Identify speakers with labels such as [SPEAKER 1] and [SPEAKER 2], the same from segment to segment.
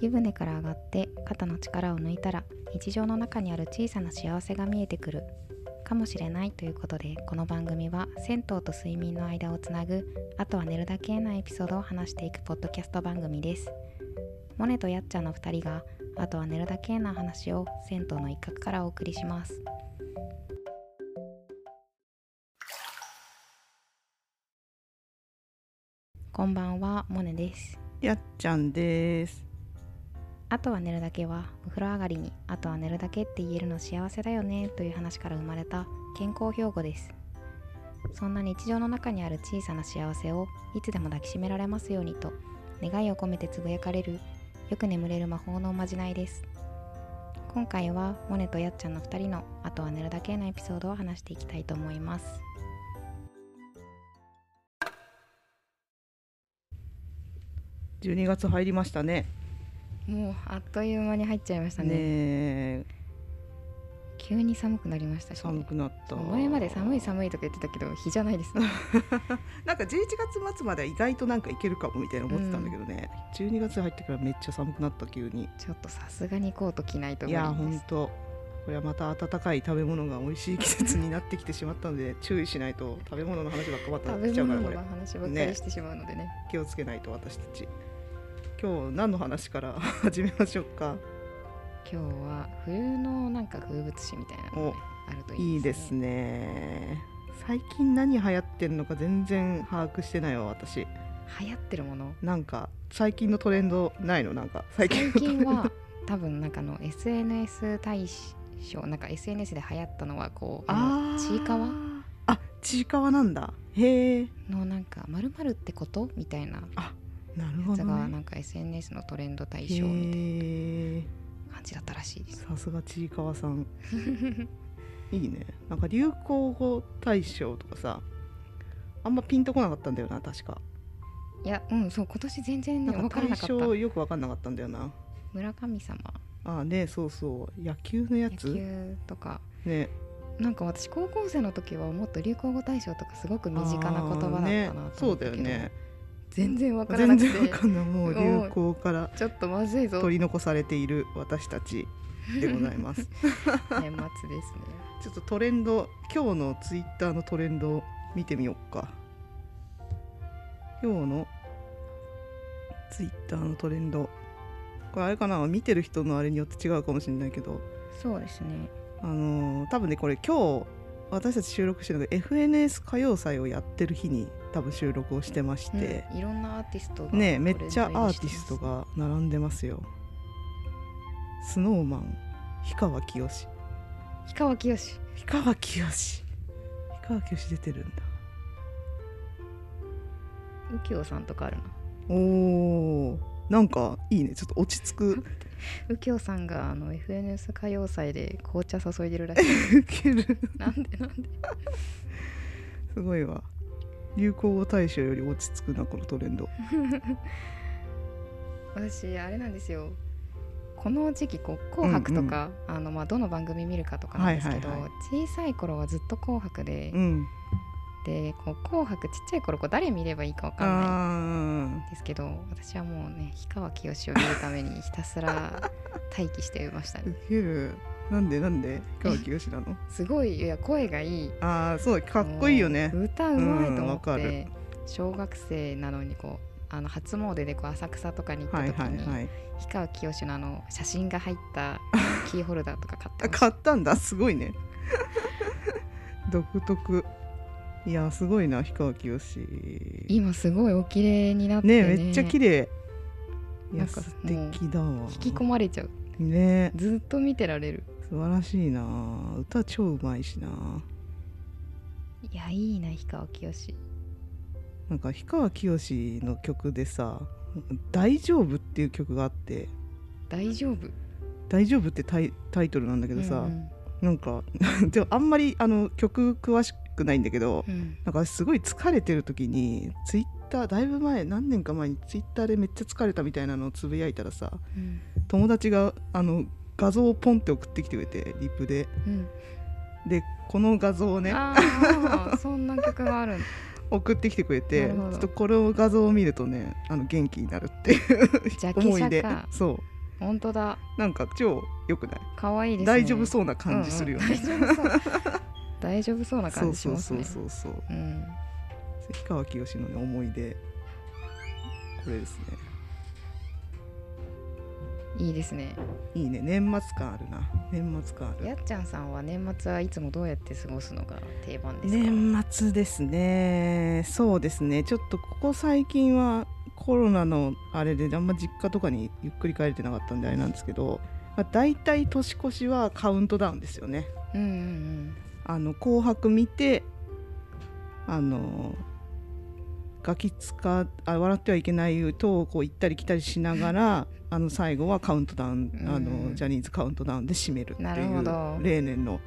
[SPEAKER 1] 湯船から上がって肩の力を抜いたら日常の中にある小さな幸せが見えてくるかもしれないということでこの番組は銭湯と睡眠の間をつなぐあとは寝るだけなエピソードを話していくポッドキャスト番組ですモネとやっちゃんの2人があとは寝るだけな話を銭湯の一角からお送りしますこんばんはモネです
[SPEAKER 2] やっちゃんです。
[SPEAKER 1] あとは寝るだけはお風呂上がりにあとは寝るだけって言えるの幸せだよねという話から生まれた健康標語ですそんな日常の中にある小さな幸せをいつでも抱きしめられますようにと願いを込めてつぶやかれるよく眠れる魔法のおまじないです今回はモネとやっちゃんの2人のあとは寝るだけのエピソードを話していきたいと思います
[SPEAKER 2] 12月入りましたね。
[SPEAKER 1] もうあっという間に入っちゃいました
[SPEAKER 2] ね
[SPEAKER 1] ね
[SPEAKER 2] え、
[SPEAKER 1] 急に寒くなりましたしね、
[SPEAKER 2] 寒くなった。
[SPEAKER 1] 前まで寒い寒いとか言ってたけど日じゃないですね
[SPEAKER 2] なんか11月末までは意外となんかいけるかもみたいな思ってたんだけどね。12月入ってからめっちゃ寒くなった急に。
[SPEAKER 1] ちょっとさすがにコート着ないと
[SPEAKER 2] い
[SPEAKER 1] 無理
[SPEAKER 2] や
[SPEAKER 1] で
[SPEAKER 2] 本
[SPEAKER 1] す。
[SPEAKER 2] 当。これはまた温かい食べ物が美味しい季節になってきてしまったので注意しないと食べ物の話ばっかばっか
[SPEAKER 1] 食
[SPEAKER 2] り
[SPEAKER 1] べ
[SPEAKER 2] しちゃうから
[SPEAKER 1] 物
[SPEAKER 2] こ
[SPEAKER 1] の
[SPEAKER 2] れ
[SPEAKER 1] 話ばっかりしてしまうのでね。
[SPEAKER 2] 気をつけないと私たち。今日何の話から始めましょうか。
[SPEAKER 1] 今日は冬のなんか風物詩みたいなのがねあるとい
[SPEAKER 2] い
[SPEAKER 1] い
[SPEAKER 2] い
[SPEAKER 1] で
[SPEAKER 2] ですす
[SPEAKER 1] ね。
[SPEAKER 2] ね最近何流行ってんのか全然把握してないわ私
[SPEAKER 1] 流行ってるもの。
[SPEAKER 2] なんか最近のトレンドないのなんか最近
[SPEAKER 1] 最近は多分なんかあの SNS 大賞なんか SNS で流行ったのはこうあのちいかわ
[SPEAKER 2] あちいかわなんだへえ
[SPEAKER 1] のなんかまるまるってことみたいな
[SPEAKER 2] なる
[SPEAKER 1] や
[SPEAKER 2] ほ
[SPEAKER 1] つ
[SPEAKER 2] ど、
[SPEAKER 1] が
[SPEAKER 2] ね、
[SPEAKER 1] なんか SNS のトレンド大
[SPEAKER 2] へ
[SPEAKER 1] 賞みたい
[SPEAKER 2] え
[SPEAKER 1] な感じだったらしいです。
[SPEAKER 2] さすがちいかわさん いいねなんか流行語大賞とかさあんまピンとこなかったんだよな確か
[SPEAKER 1] いやうんそう今年全然ね
[SPEAKER 2] な
[SPEAKER 1] 分
[SPEAKER 2] ん
[SPEAKER 1] か
[SPEAKER 2] から大
[SPEAKER 1] なかった。
[SPEAKER 2] 賞よく分かんなかったんだよな
[SPEAKER 1] 村神様
[SPEAKER 2] ああねそうそう野球のや
[SPEAKER 1] 野
[SPEAKER 2] つ
[SPEAKER 1] 球とか。
[SPEAKER 2] ね
[SPEAKER 1] なんか私高校生の時はもっと流行語大賞とかすごく身近な言葉だった
[SPEAKER 2] あ
[SPEAKER 1] な
[SPEAKER 2] ーね、
[SPEAKER 1] と
[SPEAKER 2] そ
[SPEAKER 1] 思っ
[SPEAKER 2] う
[SPEAKER 1] た
[SPEAKER 2] だよ
[SPEAKER 1] けど、
[SPEAKER 2] ね
[SPEAKER 1] 全然わからな
[SPEAKER 2] 全
[SPEAKER 1] くて
[SPEAKER 2] 然わかんないもう流行から
[SPEAKER 1] ちょっとまずいぞ、
[SPEAKER 2] 取り残されている私たちでござい ます
[SPEAKER 1] 年末ですね
[SPEAKER 2] ちょっとトレンド今日のツイッターのトレンドを見てみようか今日のツイッターのトレンドこれあれかな見てる人のあれによって違うかもしれないけど
[SPEAKER 1] そうですね
[SPEAKER 2] あのー多分ねこれ今日私たち収録してるのが FNS 歌謡祭をやってる日に多分収録をしてまして、
[SPEAKER 1] うんいろんなアーティストが
[SPEAKER 2] ねえめっ
[SPEAKER 1] トレンド
[SPEAKER 2] ちゃ
[SPEAKER 1] 入
[SPEAKER 2] ア
[SPEAKER 1] り
[SPEAKER 2] ー
[SPEAKER 1] して
[SPEAKER 2] ティ
[SPEAKER 1] ます
[SPEAKER 2] ストが並んでますよスノーマン氷川きよし
[SPEAKER 1] 氷川きよし
[SPEAKER 2] 氷川きよし氷川きよし出てるんだ
[SPEAKER 1] 右京さんとかあるな
[SPEAKER 2] おーなんかいいねちょっと落ち着 く
[SPEAKER 1] 右京さんがあの FNS 歌謡祭で紅茶注いでるらし い
[SPEAKER 2] ウケる
[SPEAKER 1] なんでなんです
[SPEAKER 2] ごいわ流行語大賞より落ち着くなこのトレンド
[SPEAKER 1] 私あれなんですよこの時期こう「紅白」とか、あのまあ、どの番組見るかとかなんですけど、
[SPEAKER 2] はいはいは
[SPEAKER 1] 小さい頃はずっと「紅白で」
[SPEAKER 2] うん
[SPEAKER 1] でこう紅白ちっちゃい頃こう誰見ればいいかわ
[SPEAKER 2] あ
[SPEAKER 1] かんない
[SPEAKER 2] ー
[SPEAKER 1] んですけど私はもうね氷川きよしを見るためにひたすら待機してました
[SPEAKER 2] ウ
[SPEAKER 1] ね
[SPEAKER 2] ケるなんでなんで氷川きよしなの
[SPEAKER 1] すごいいや声がいい
[SPEAKER 2] ああそうかっこいいよね
[SPEAKER 1] もう歌うまいと
[SPEAKER 2] うん
[SPEAKER 1] 思
[SPEAKER 2] わか
[SPEAKER 1] っ
[SPEAKER 2] る
[SPEAKER 1] て小学生なのにこうあの初詣でこう浅草とかに行った
[SPEAKER 2] はい
[SPEAKER 1] 時
[SPEAKER 2] はい
[SPEAKER 1] に
[SPEAKER 2] はい
[SPEAKER 1] 氷川きよしのあの写真が入 ったキーホルダーとか買って
[SPEAKER 2] あ
[SPEAKER 1] ました
[SPEAKER 2] 買ったんだすごいね 独特いやすごいな氷川きよし
[SPEAKER 1] 今すごいお綺麗になって
[SPEAKER 2] ね
[SPEAKER 1] ね
[SPEAKER 2] めっちゃ綺麗い
[SPEAKER 1] なん
[SPEAKER 2] や
[SPEAKER 1] か
[SPEAKER 2] 素敵だわ
[SPEAKER 1] 引き込まれちゃう
[SPEAKER 2] ね
[SPEAKER 1] ずっと見てられる
[SPEAKER 2] 素晴らしいな歌超うまいしない
[SPEAKER 1] やいいな氷川きよし
[SPEAKER 2] なんか氷川きよしの曲でさ「大丈夫」っていう曲があって
[SPEAKER 1] 大丈夫
[SPEAKER 2] 「大丈夫」ってタイタイトルなんだけどさ、
[SPEAKER 1] うん
[SPEAKER 2] なんか でもあんまりあの曲詳しくないんだけど、
[SPEAKER 1] うんうん
[SPEAKER 2] なんかすごい疲れてる時にツイッターだいぶ前何年か前にツイッターでめっちゃ疲れたみたいなのをつぶやいたらさ
[SPEAKER 1] うん
[SPEAKER 2] 友達があの画像をポンって送ってきてくれてリプで
[SPEAKER 1] うん
[SPEAKER 2] でこの画像をね
[SPEAKER 1] ああそんな曲があるんだ
[SPEAKER 2] 送ってきてくれて
[SPEAKER 1] な
[SPEAKER 2] ち
[SPEAKER 1] るほど
[SPEAKER 2] ょっとこれを画像を見るとねあの元気になるっていう
[SPEAKER 1] ジャケ
[SPEAKER 2] 思い
[SPEAKER 1] 写
[SPEAKER 2] で
[SPEAKER 1] か
[SPEAKER 2] そう
[SPEAKER 1] 本当だ
[SPEAKER 2] なんか超良くない、
[SPEAKER 1] 可愛いですね
[SPEAKER 2] 大丈夫そうな感じするよね、
[SPEAKER 1] うんうん大丈夫そう大丈夫そうな
[SPEAKER 2] そ
[SPEAKER 1] 感
[SPEAKER 2] う
[SPEAKER 1] じし
[SPEAKER 2] そう
[SPEAKER 1] ます
[SPEAKER 2] そ
[SPEAKER 1] ね
[SPEAKER 2] うそうそう
[SPEAKER 1] うん
[SPEAKER 2] 関川きよしの、ね、思い出これですね
[SPEAKER 1] いいですね
[SPEAKER 2] いいね年末感あるな年末感あ
[SPEAKER 1] や
[SPEAKER 2] る
[SPEAKER 1] っちゃんさんは年末はいつもどうやって過ごすのが定番ですか、
[SPEAKER 2] 年末ですねそうですねちょっとここ最近はコロナのあれであんま実家とかにゆっくり帰れてなかったんであれなんですけど、まあ、大体年越しはカウントダウンですよね
[SPEAKER 1] うんうん
[SPEAKER 2] あの紅白見てあのガキ使あ笑ってはいけないとこう行ったり来たりしな がらあの最後はカウントダウンあ
[SPEAKER 1] うんう
[SPEAKER 2] の
[SPEAKER 1] ん
[SPEAKER 2] ジャニーズカウントダウンで締めるってい
[SPEAKER 1] なるほど
[SPEAKER 2] う例年の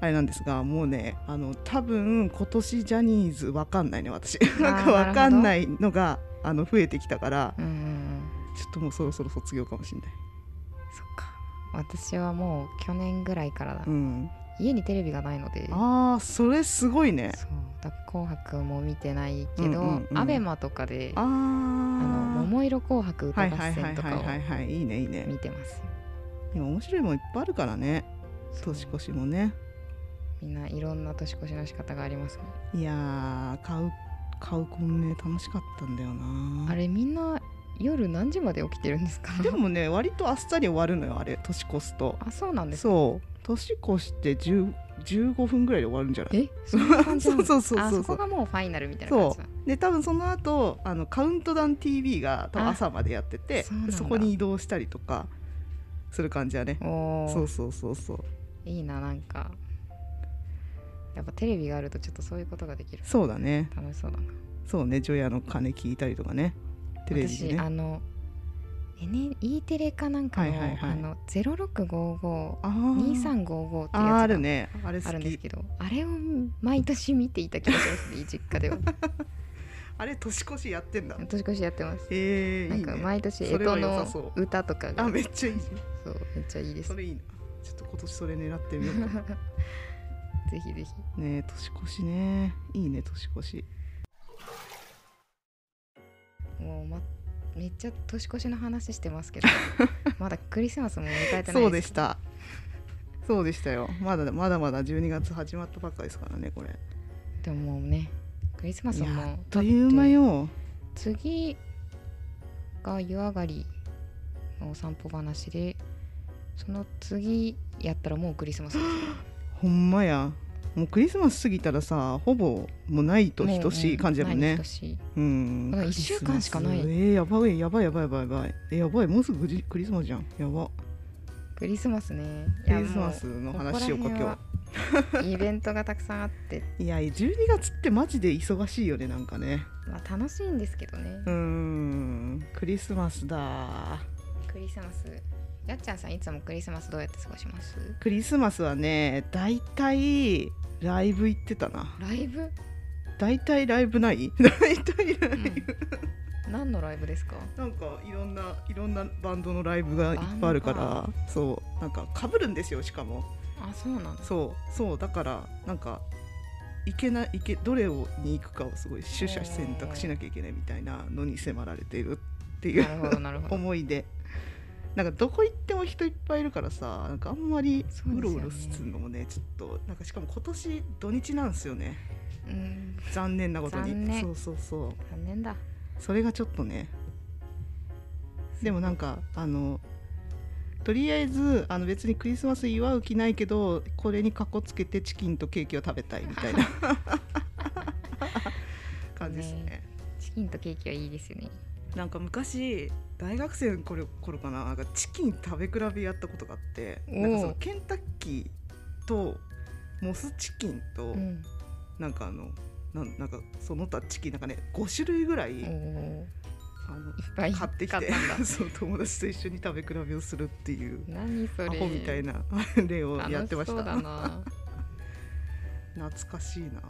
[SPEAKER 2] あれなんですがもうねあの多分今年ジャニーズわかんないね私なんかわかんないのがあの増えてきたから
[SPEAKER 1] うんうんうん
[SPEAKER 2] ちょっともうそろそろ卒業かもしれない、
[SPEAKER 1] そっか私はもう去年ぐらいからだ、
[SPEAKER 2] うん、
[SPEAKER 1] 家にテレビがないので
[SPEAKER 2] ああそれすごいね
[SPEAKER 1] そうだから紅白も見てないけど、
[SPEAKER 2] うんうんうん
[SPEAKER 1] アベマとかで
[SPEAKER 2] ああ
[SPEAKER 1] あの桃色紅白歌
[SPEAKER 2] はい
[SPEAKER 1] 合
[SPEAKER 2] はい
[SPEAKER 1] 戦
[SPEAKER 2] はい
[SPEAKER 1] と
[SPEAKER 2] はい
[SPEAKER 1] かを
[SPEAKER 2] はいはいいいねいいね
[SPEAKER 1] 見てます
[SPEAKER 2] 今面白いもんいっぱいあるからね
[SPEAKER 1] そう
[SPEAKER 2] 年越しもね
[SPEAKER 1] みんないろんな年越しの仕方がありますね
[SPEAKER 2] いやー買う買うコンね楽しかったんだよな
[SPEAKER 1] あれみんな夜何時まで起きてるんですか
[SPEAKER 2] でもね割とあっさり終わるのよあれ年越すと
[SPEAKER 1] あそうなんです
[SPEAKER 2] そう年越して10 15分ぐらいで終わるんじゃない
[SPEAKER 1] えそんな感じなの
[SPEAKER 2] そうそうそうそう
[SPEAKER 1] あそこがもうファイナルみたいな感じだ
[SPEAKER 2] で多分その後あのカウントダウン TV が多分
[SPEAKER 1] あ
[SPEAKER 2] 朝までやってて
[SPEAKER 1] そうなんだ
[SPEAKER 2] そこに移動したりとかする感じだね
[SPEAKER 1] お
[SPEAKER 2] そ
[SPEAKER 1] お
[SPEAKER 2] うそうそうそう
[SPEAKER 1] いいななんかやっぱテレビがあるとちょっとそういうことができる
[SPEAKER 2] そうだね
[SPEAKER 1] 楽しそうだな
[SPEAKER 2] そうね除夜の鐘聞いたりとかねテレビで
[SPEAKER 1] 私
[SPEAKER 2] ね
[SPEAKER 1] あの、ね、E テレかなんかの,、
[SPEAKER 2] はいはいはい
[SPEAKER 1] あの0655
[SPEAKER 2] あー
[SPEAKER 1] 2355って
[SPEAKER 2] あ
[SPEAKER 1] やつ
[SPEAKER 2] ー
[SPEAKER 1] が
[SPEAKER 2] あるねあれ好
[SPEAKER 1] あるんです
[SPEAKER 2] き
[SPEAKER 1] けどあれを毎年見ていた気がしますね 実家では
[SPEAKER 2] あれ年越しやってんだ
[SPEAKER 1] 年越しやってます
[SPEAKER 2] えー、
[SPEAKER 1] なん
[SPEAKER 2] い
[SPEAKER 1] か
[SPEAKER 2] いね
[SPEAKER 1] 毎年
[SPEAKER 2] そ
[SPEAKER 1] 干
[SPEAKER 2] れは
[SPEAKER 1] 支
[SPEAKER 2] 良さ
[SPEAKER 1] の
[SPEAKER 2] そ
[SPEAKER 1] 歌とかが
[SPEAKER 2] あ
[SPEAKER 1] そう
[SPEAKER 2] めっちゃいいじ
[SPEAKER 1] めっちゃいいで
[SPEAKER 2] ゃん
[SPEAKER 1] す
[SPEAKER 2] そ れいいなちょっと今年それ狙ってみようか
[SPEAKER 1] ぜひぜひ
[SPEAKER 2] ねえ年越しねいいね年越し
[SPEAKER 1] もう、ま、めっちゃ年越しの話してます けどまだクリスマスも迎えてない
[SPEAKER 2] そうでしたそうでしたよまだまだまだ12月始まったばっかですからねこれ
[SPEAKER 1] でももうねクリスマス
[SPEAKER 2] いや
[SPEAKER 1] も
[SPEAKER 2] という間よ
[SPEAKER 1] 次が湯上がりのお散歩話でその次やったらもうクリスマスです
[SPEAKER 2] ほんまやもうクリスマス過ぎたらさほぼもうないと等しい感じだもん
[SPEAKER 1] うう
[SPEAKER 2] ね
[SPEAKER 1] ないに等しい
[SPEAKER 2] うん
[SPEAKER 1] だから一週間しかない
[SPEAKER 2] クリスマスえー、やばいやばいやばいやばいやばいえやばいもうすぐクリスマスじゃんやば
[SPEAKER 1] クリスマスねい
[SPEAKER 2] ク
[SPEAKER 1] や
[SPEAKER 2] リスマスの話をか
[SPEAKER 1] もう
[SPEAKER 2] 今
[SPEAKER 1] こ
[SPEAKER 2] 日
[SPEAKER 1] こら辺はイベントがたくさんあって、
[SPEAKER 2] いや12月ってマジで忙しいよねなんかね
[SPEAKER 1] まあ、楽しいんですけどね、
[SPEAKER 2] うーんクリスマスだ
[SPEAKER 1] クリスマスやっちゃんさんいつもクリスマスどうやって過ごします
[SPEAKER 2] クリスマスはねだいたいライブ行ってたな
[SPEAKER 1] ライブ、
[SPEAKER 2] だいたいライブない だいたいライブ、
[SPEAKER 1] 何のライブですか
[SPEAKER 2] なんかいろんないろんなバンドのライブがいっぱいあるからそうなんかかぶるんですよしかも
[SPEAKER 1] あそうなんだ
[SPEAKER 2] そうそうだからなんかいけないいけどれをに行くかをすごい取捨選択しなきゃいけないみたいなのに迫られているってい
[SPEAKER 1] な
[SPEAKER 2] う
[SPEAKER 1] るほどなるほ ど
[SPEAKER 2] 思いでなんかどこ行っても人いっぱいいるからさなんかあんまり
[SPEAKER 1] そう
[SPEAKER 2] う
[SPEAKER 1] です
[SPEAKER 2] ろ
[SPEAKER 1] よね
[SPEAKER 2] うろするのもねちょっとなんかしかも今年土日なんですよね
[SPEAKER 1] うん
[SPEAKER 2] 残念なこと
[SPEAKER 1] 残
[SPEAKER 2] に
[SPEAKER 1] 念
[SPEAKER 2] そうそうそう
[SPEAKER 1] 残念だ
[SPEAKER 2] それがちょっとねでもなんかあのとりあえずあの別にクリスマス祝う気ないけどこれにかこつけてチキンとケーキを食べたいみたい な感じですね
[SPEAKER 1] ねチキンとケーキはいいですよね
[SPEAKER 2] なんか昔大学生の頃頃かななんかチキン食べ比べやったことがあって
[SPEAKER 1] おう
[SPEAKER 2] なんかそのケンタッキーとモスチキンと、
[SPEAKER 1] うん
[SPEAKER 2] なんかあのなんなんかその他チキンなんかね5種類ぐらい、
[SPEAKER 1] おー
[SPEAKER 2] あの
[SPEAKER 1] いっぱい
[SPEAKER 2] 買ってき
[SPEAKER 1] 買
[SPEAKER 2] て
[SPEAKER 1] ったんだ
[SPEAKER 2] そう友達と一緒に食べ比べをするっていう
[SPEAKER 1] 何そ
[SPEAKER 2] ア
[SPEAKER 1] れ
[SPEAKER 2] ホみたい
[SPEAKER 1] な
[SPEAKER 2] な 例をやってまし
[SPEAKER 1] そうだ
[SPEAKER 2] た
[SPEAKER 1] な
[SPEAKER 2] 懐かしいな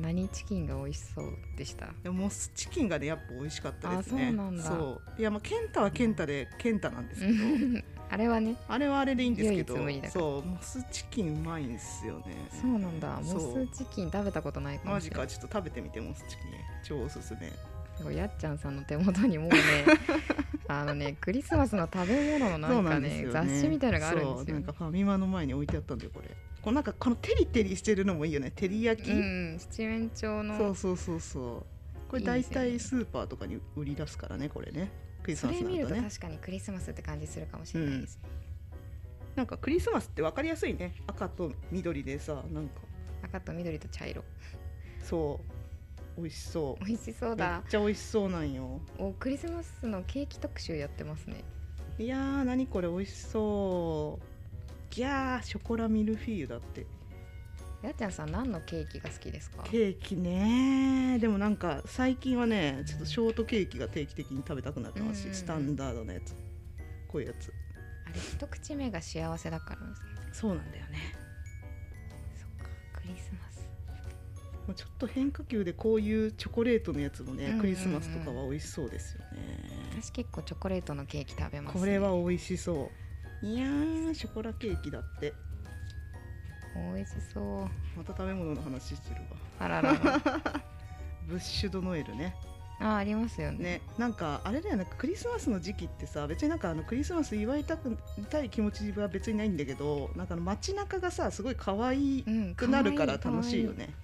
[SPEAKER 1] 何チキンが美味しそうでした
[SPEAKER 2] でもモスチキンがねやっぱ美味しかったですね
[SPEAKER 1] あそうなんだ
[SPEAKER 2] そういやまあケンタはケンタでケンタなんですけど
[SPEAKER 1] うんあれはね
[SPEAKER 2] あれはあれでいいんですけど
[SPEAKER 1] 唯一無二だから
[SPEAKER 2] そうモスチキンうまいんですよね
[SPEAKER 1] そうなんだ
[SPEAKER 2] そ
[SPEAKER 1] モ
[SPEAKER 2] う
[SPEAKER 1] スチキン食べたことないかも
[SPEAKER 2] マ
[SPEAKER 1] し
[SPEAKER 2] ジ
[SPEAKER 1] れな
[SPEAKER 2] か
[SPEAKER 1] い
[SPEAKER 2] ちょっと食べてみてモスチキン超おすすめ
[SPEAKER 1] すごいやっちゃんさんの手元にもう ねあのねクリスマスの食べ物のな
[SPEAKER 2] そうん
[SPEAKER 1] か
[SPEAKER 2] なん
[SPEAKER 1] ね
[SPEAKER 2] ですよ
[SPEAKER 1] 雑誌みたいのがあるん
[SPEAKER 2] そ
[SPEAKER 1] で
[SPEAKER 2] う
[SPEAKER 1] す
[SPEAKER 2] な
[SPEAKER 1] よ
[SPEAKER 2] んかファミマの前に置いてあったんだよこれこうなんかこのテリテリしてるのもいいよね照り焼き、
[SPEAKER 1] うん七面鳥
[SPEAKER 2] そう
[SPEAKER 1] の
[SPEAKER 2] そうそうそうこれ
[SPEAKER 1] いいで
[SPEAKER 2] 大
[SPEAKER 1] すよね
[SPEAKER 2] 体スーパーとかに売り出すからねこれねクリス
[SPEAKER 1] そ
[SPEAKER 2] マス
[SPEAKER 1] れ
[SPEAKER 2] な
[SPEAKER 1] 見
[SPEAKER 2] ん
[SPEAKER 1] る
[SPEAKER 2] だ
[SPEAKER 1] と
[SPEAKER 2] ね
[SPEAKER 1] 確かにクリスマスって感じするかもしれないですね、
[SPEAKER 2] なんかクリスマスって分かりやすいね赤と緑でさなんか
[SPEAKER 1] 赤と緑と茶色
[SPEAKER 2] そう美味しそう
[SPEAKER 1] 美味しそう
[SPEAKER 2] めっ
[SPEAKER 1] だ
[SPEAKER 2] ちゃ美味しそうなんよ
[SPEAKER 1] おクリスマスのケーキ特集やってますね
[SPEAKER 2] いやー何これ美味しそうギャーショコラミルフィーユだって
[SPEAKER 1] やっちゃんさん何のケーキが好きですか
[SPEAKER 2] ケーキねでもなんか最近はねちょっとショートケーキが定期的に食べたくなってますし、
[SPEAKER 1] うんうんうん
[SPEAKER 2] スタンダードのやつこういうやつ
[SPEAKER 1] あれ一口目が幸せだからなんですね
[SPEAKER 2] そうなんだよね
[SPEAKER 1] そっかクリスマス
[SPEAKER 2] まあちょっと変化球でこういうチョコレートのやつもね、
[SPEAKER 1] うんうんうん
[SPEAKER 2] クリスマスとかは美味しそうですよね
[SPEAKER 1] 私結構チョコレートのケーキ食べます、ね、
[SPEAKER 2] これは美味しそういやーショコラケーキだって
[SPEAKER 1] 美味しそう
[SPEAKER 2] また食べ物の話してるわ
[SPEAKER 1] あらら ら
[SPEAKER 2] ブッシュドノエルね
[SPEAKER 1] あありますよね
[SPEAKER 2] ねなんかあれだよねクリスマスの時期ってさ別になんかあのクリスマス祝いたくたい気持ちは別にないんだけどなんかあの街中がさすごい可愛
[SPEAKER 1] うん
[SPEAKER 2] くなるから
[SPEAKER 1] 可愛
[SPEAKER 2] 楽しいよね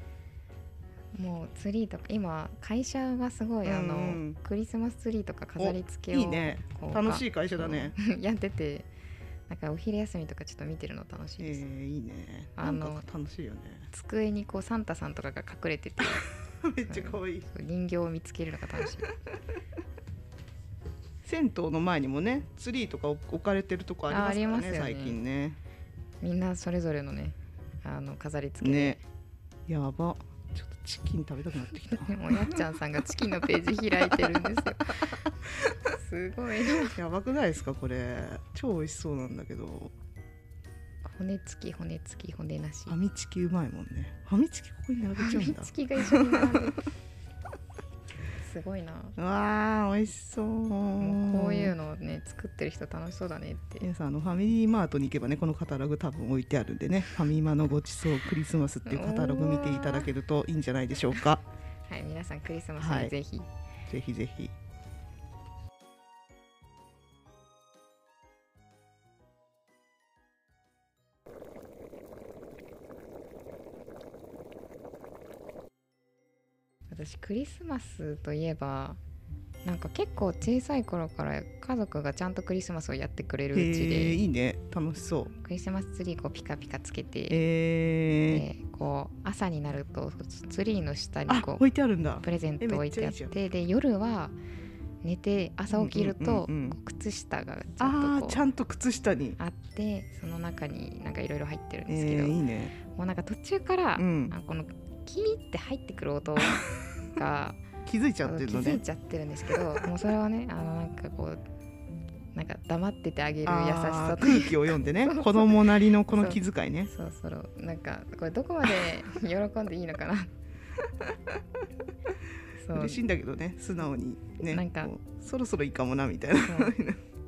[SPEAKER 1] 可愛いもうツリーとか今会社がすごいあの、
[SPEAKER 2] うんうん
[SPEAKER 1] クリスマスツリーとか飾り付けを
[SPEAKER 2] いいね
[SPEAKER 1] こう
[SPEAKER 2] 楽しい会社だね、
[SPEAKER 1] うん やっててなんかお昼休みとかちょっと見てるの楽しい
[SPEAKER 2] え
[SPEAKER 1] です、
[SPEAKER 2] ー、いいねな
[SPEAKER 1] あ
[SPEAKER 2] ん
[SPEAKER 1] の
[SPEAKER 2] か楽しいよね
[SPEAKER 1] 机にこうサンタさんとかが隠れてて
[SPEAKER 2] めっちゃ可愛い
[SPEAKER 1] そう人形を見つけるのが楽しい
[SPEAKER 2] 銭湯の前にもねツリーとか置かれてるとこありま
[SPEAKER 1] あありま
[SPEAKER 2] すからね
[SPEAKER 1] すよね
[SPEAKER 2] 最近ね
[SPEAKER 1] みんなそれぞれのねあの飾り付けで、
[SPEAKER 2] ねやばちょっとチキン食べたくなってき た
[SPEAKER 1] でもやっちゃんさんがチキンのページ開いてるんですよすごいな
[SPEAKER 2] やばくないですかこれ超美味しそうなんだけど
[SPEAKER 1] 骨付き骨付き骨なし
[SPEAKER 2] ファミチキうまいもんねファミチキここに並べちゃうんだ
[SPEAKER 1] チキが一緒に並んでるすごいな
[SPEAKER 2] うわー美味しそう
[SPEAKER 1] もうこういう
[SPEAKER 2] の
[SPEAKER 1] のをね作ってる人楽しそうだねって
[SPEAKER 2] 皆さんあのファミリーマートに行けばねこのカタログ多分置いてあるんでねファミマのごちそうクリスマスっていうカタログ見ていただけるといいんじゃないでしょうか
[SPEAKER 1] はい皆さんクリスマス
[SPEAKER 2] は
[SPEAKER 1] に
[SPEAKER 2] い
[SPEAKER 1] ぜひ、
[SPEAKER 2] ぜひぜ ひ
[SPEAKER 1] 私クリスマスといえばなんか結構小さい頃から家族がちゃんとクリスマスをやってくれ
[SPEAKER 2] え
[SPEAKER 1] るうち
[SPEAKER 2] ー、
[SPEAKER 1] で
[SPEAKER 2] いいね楽しそう
[SPEAKER 1] クリスマスツリーこうピカピカつけて、
[SPEAKER 2] えー、
[SPEAKER 1] でこう朝になるとツリーの下に
[SPEAKER 2] あ
[SPEAKER 1] こう
[SPEAKER 2] 置いてあるんだ
[SPEAKER 1] プレゼント置いてあっ
[SPEAKER 2] えめっちゃいい
[SPEAKER 1] てで夜は寝て朝起きると、
[SPEAKER 2] うんうんうんうん
[SPEAKER 1] こう靴下がちゃん
[SPEAKER 2] あ
[SPEAKER 1] とこ
[SPEAKER 2] ーち
[SPEAKER 1] う
[SPEAKER 2] ゃんと靴下に
[SPEAKER 1] あってその中になんかいろいろ入ってるん
[SPEAKER 2] え
[SPEAKER 1] ですけど、
[SPEAKER 2] ー、いいね
[SPEAKER 1] もうなんか途中から、
[SPEAKER 2] うん
[SPEAKER 1] あこのキーって入ってくる音が
[SPEAKER 2] 気づい ち
[SPEAKER 1] 気
[SPEAKER 2] ゃってるの
[SPEAKER 1] づい
[SPEAKER 2] ね
[SPEAKER 1] ちゃってるんですけどもうそれはねあのなんかこうなんか黙っててあげる優しさ
[SPEAKER 2] あー
[SPEAKER 1] という
[SPEAKER 2] 空気を読んでね
[SPEAKER 1] そうそう
[SPEAKER 2] 子供なりのこの気遣いね
[SPEAKER 1] そうそうなんかこれどこまで喜んでいいの かなそう
[SPEAKER 2] 嬉しいんだけどね素直にね
[SPEAKER 1] なんか
[SPEAKER 2] こうそろそろいいかもなみたいな
[SPEAKER 1] そう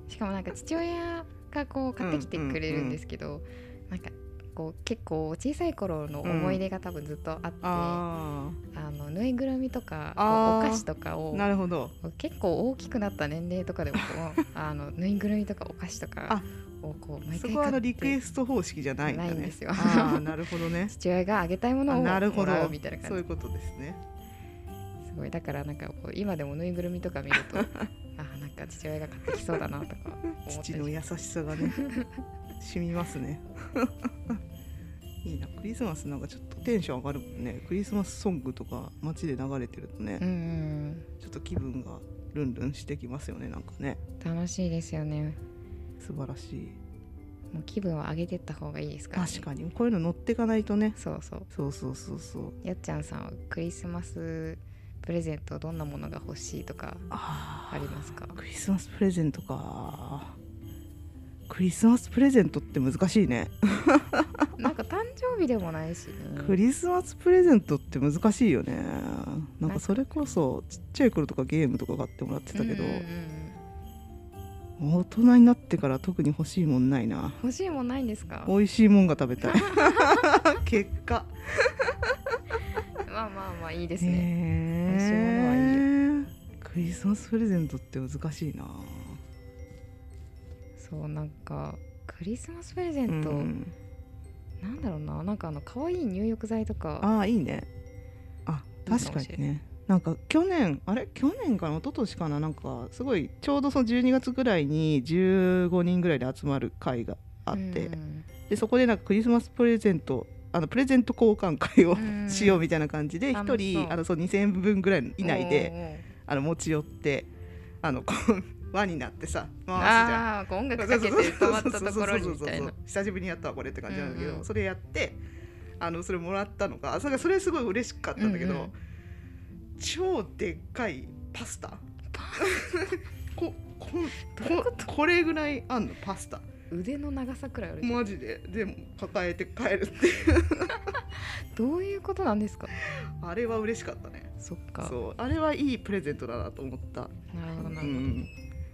[SPEAKER 1] しかもなんか父親がこう買ってきてくれるんですけど、なんかこう結構小さい頃の思い出が多分ずっとあって、あ
[SPEAKER 2] あ
[SPEAKER 1] のぬいぐるみとか
[SPEAKER 2] あー
[SPEAKER 1] お菓子とか
[SPEAKER 2] あ
[SPEAKER 1] を
[SPEAKER 2] なるほど
[SPEAKER 1] 結構大きくなった年齢とかでもこ うあのぬいぐるみとかお菓子とか
[SPEAKER 2] あ
[SPEAKER 1] をこう毎
[SPEAKER 2] そ
[SPEAKER 1] 回
[SPEAKER 2] こはあ
[SPEAKER 1] 買
[SPEAKER 2] の
[SPEAKER 1] っ
[SPEAKER 2] リクエ
[SPEAKER 1] て
[SPEAKER 2] スト方式じゃないんだね
[SPEAKER 1] ないんですよ
[SPEAKER 2] ああなるほど ね
[SPEAKER 1] 父親があげたいもの
[SPEAKER 2] あ
[SPEAKER 1] を
[SPEAKER 2] なるほ
[SPEAKER 1] もら
[SPEAKER 2] ど
[SPEAKER 1] うみたいな
[SPEAKER 2] そ
[SPEAKER 1] 感
[SPEAKER 2] うい
[SPEAKER 1] じ
[SPEAKER 2] うことですね
[SPEAKER 1] すごいだからなんかこう今でもぬいぐるみとか見る とあーなんか父親が買ってきそうだなとか思ったり
[SPEAKER 2] 父の優しさが ね染みますね いいなクリスマスなんかちょっとテンション上がるもんねクリスマスソングとか街で流れてるとね、
[SPEAKER 1] うんうん
[SPEAKER 2] ちょっと気分がルンルンしてきますよねなんかね
[SPEAKER 1] うん楽しいですよね
[SPEAKER 2] 素晴らしい
[SPEAKER 1] もう気分を上げてった方がいいですから、ね、
[SPEAKER 2] 確かにこういうの乗ってかないとね
[SPEAKER 1] そうそう
[SPEAKER 2] そうそうそうそう
[SPEAKER 1] やっちゃんさんはクリスマスプレゼントどんなものが欲しいとか
[SPEAKER 2] あー
[SPEAKER 1] ありますか
[SPEAKER 2] クリスマスプレゼントかクリスマスプレゼントって難しいね、
[SPEAKER 1] なんか誕生日でもないしね、
[SPEAKER 2] クリスマスプレゼントって難しいよねなんかそれこそちっちゃい頃とかゲームとか買ってもらってたけど、
[SPEAKER 1] うんうん
[SPEAKER 2] う
[SPEAKER 1] うん
[SPEAKER 2] 大人になってから特に欲しいもんないな
[SPEAKER 1] 欲しいもんないんですか
[SPEAKER 2] 美味しいもんが食 べたい結果
[SPEAKER 1] まあまあまあいいですね、美味しいものはいい
[SPEAKER 2] ねクリスマスプレゼントって難しいな
[SPEAKER 1] そうなんかクリスマスプレゼ
[SPEAKER 2] う
[SPEAKER 1] ント、
[SPEAKER 2] ん
[SPEAKER 1] なんだろうななんかあの可愛い入浴剤とか
[SPEAKER 2] ああいいねあ確かにねなんか去年あれ去年かな一昨年かななんかすごいちょうどその12月ぐらいに15人ぐらいで集まる会があって、
[SPEAKER 1] うん
[SPEAKER 2] でそこでなんかクリスマスプレゼントあのプレゼント交換会を
[SPEAKER 1] ん
[SPEAKER 2] しようみたいな感じで
[SPEAKER 1] 楽
[SPEAKER 2] 1
[SPEAKER 1] しそう
[SPEAKER 2] 人あのそう2,000円分ぐらい以内で
[SPEAKER 1] で
[SPEAKER 2] あの持ち寄ってあのこう輪になってさ回すじゃん。
[SPEAKER 1] ああーこう音楽かけて止まったところに
[SPEAKER 2] そう
[SPEAKER 1] み
[SPEAKER 2] そうそうそう
[SPEAKER 1] たい
[SPEAKER 2] そう
[SPEAKER 1] な
[SPEAKER 2] 久しぶりにやったわこれって感じなんだけど、
[SPEAKER 1] うんうん
[SPEAKER 2] それやってあのそれもらったのがそれそれすごい嬉しかったんだけど、
[SPEAKER 1] うんうん
[SPEAKER 2] 超でっかいパスタここ
[SPEAKER 1] どういうこと
[SPEAKER 2] ここれぐらいあんのパスタ
[SPEAKER 1] 腕の長さくらいあるじゃん
[SPEAKER 2] マジででも抱えて帰るっていう
[SPEAKER 1] どういうことなんですか
[SPEAKER 2] あれは嬉しかったね
[SPEAKER 1] そっか
[SPEAKER 2] そうあれはいいプレゼントだなと思った
[SPEAKER 1] なるほどな
[SPEAKER 2] う
[SPEAKER 1] る
[SPEAKER 2] ん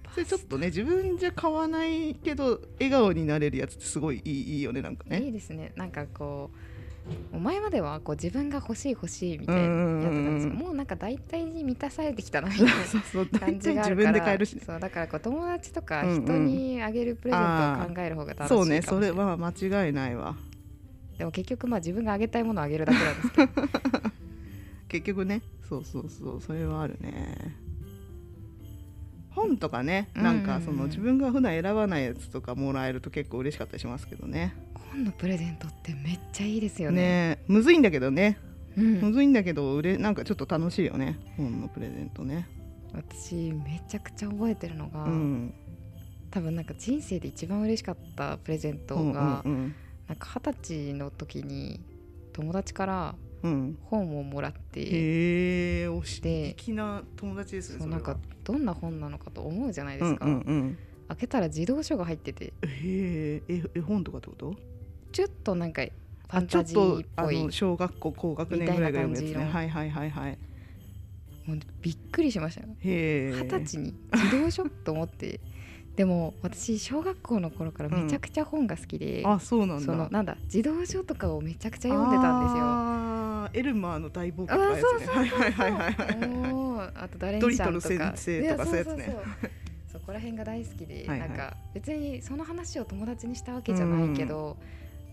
[SPEAKER 1] ほど
[SPEAKER 2] それちょっとね自分じゃ買わないけど笑顔になれるやつってすごいいいいいよねなんかね
[SPEAKER 1] いいですねなんかこうお前まではこう自分が欲しい欲しいみたいなやってたんですけど
[SPEAKER 2] うんうんうん
[SPEAKER 1] もうなんか大体満たされてきたなみたいな
[SPEAKER 2] そうそう
[SPEAKER 1] 感
[SPEAKER 2] 大
[SPEAKER 1] じ
[SPEAKER 2] 体
[SPEAKER 1] があ
[SPEAKER 2] 自
[SPEAKER 1] るか
[SPEAKER 2] 分
[SPEAKER 1] ら
[SPEAKER 2] で買えるしね
[SPEAKER 1] そうだからこう友達とか
[SPEAKER 2] うんうん
[SPEAKER 1] 人にあげるプレゼントを考える方が楽しいかもしれない、
[SPEAKER 2] そうねそれは間違いないわ
[SPEAKER 1] でも結局まあ自分があげたいものをあげるだけなん ですけど
[SPEAKER 2] 結局ねそうそうそうそれはあるね本とかね
[SPEAKER 1] うん
[SPEAKER 2] なんかそ
[SPEAKER 1] うんうん
[SPEAKER 2] の自分が普段選ばないやつとかもらえると結構嬉しかったりしますけどね
[SPEAKER 1] 本のプレゼントってめっちゃいいですよね
[SPEAKER 2] ねむずいんだけどね
[SPEAKER 1] う
[SPEAKER 2] む
[SPEAKER 1] ん、
[SPEAKER 2] ずいんだけどうれなんかちょっと楽しいよね本のプレゼントね
[SPEAKER 1] 私めちゃくちゃ覚えてるのが、
[SPEAKER 2] うん
[SPEAKER 1] 多分なんか人生で一番嬉しかったプレゼントが、
[SPEAKER 2] うんうん
[SPEAKER 1] なんか二十歳の時に友達から
[SPEAKER 2] うんうん
[SPEAKER 1] 本をもらって
[SPEAKER 2] へえおし
[SPEAKER 1] で
[SPEAKER 2] 粋な友達ですね
[SPEAKER 1] そう
[SPEAKER 2] れ
[SPEAKER 1] な
[SPEAKER 2] は
[SPEAKER 1] んかどんな本なのかと思うじゃないですか、
[SPEAKER 2] うんうんうん
[SPEAKER 1] 開けたら児童書が入ってて
[SPEAKER 2] へえ絵本とかってこと
[SPEAKER 1] ちょっとなんかファン
[SPEAKER 2] ちょ
[SPEAKER 1] タ
[SPEAKER 2] っ
[SPEAKER 1] ジー
[SPEAKER 2] と
[SPEAKER 1] っ
[SPEAKER 2] あ
[SPEAKER 1] ぽい
[SPEAKER 2] の小学校高学年ぐらいが読むやつ
[SPEAKER 1] み
[SPEAKER 2] ね
[SPEAKER 1] たいな感じの
[SPEAKER 2] はいはいはいはい
[SPEAKER 1] もうびっくりしましたよ
[SPEAKER 2] へえ
[SPEAKER 1] 二十歳に児童書と思って でも私小学校の頃からめちゃくちゃ本が好きで、
[SPEAKER 2] あそうなんだ
[SPEAKER 1] そのなんだ児童書とかをめちゃくちゃ読んでたんですよ。
[SPEAKER 2] んですよエルマーの大冒険とかやつねはいはいはいはいはい
[SPEAKER 1] おーあとダレンシャンとか
[SPEAKER 2] ドリトル先生とかそういうやつね
[SPEAKER 1] いそうそうそうそこら辺が大好きで、
[SPEAKER 2] はいはい
[SPEAKER 1] なんか別にその話を友達にしたわけじゃないけど、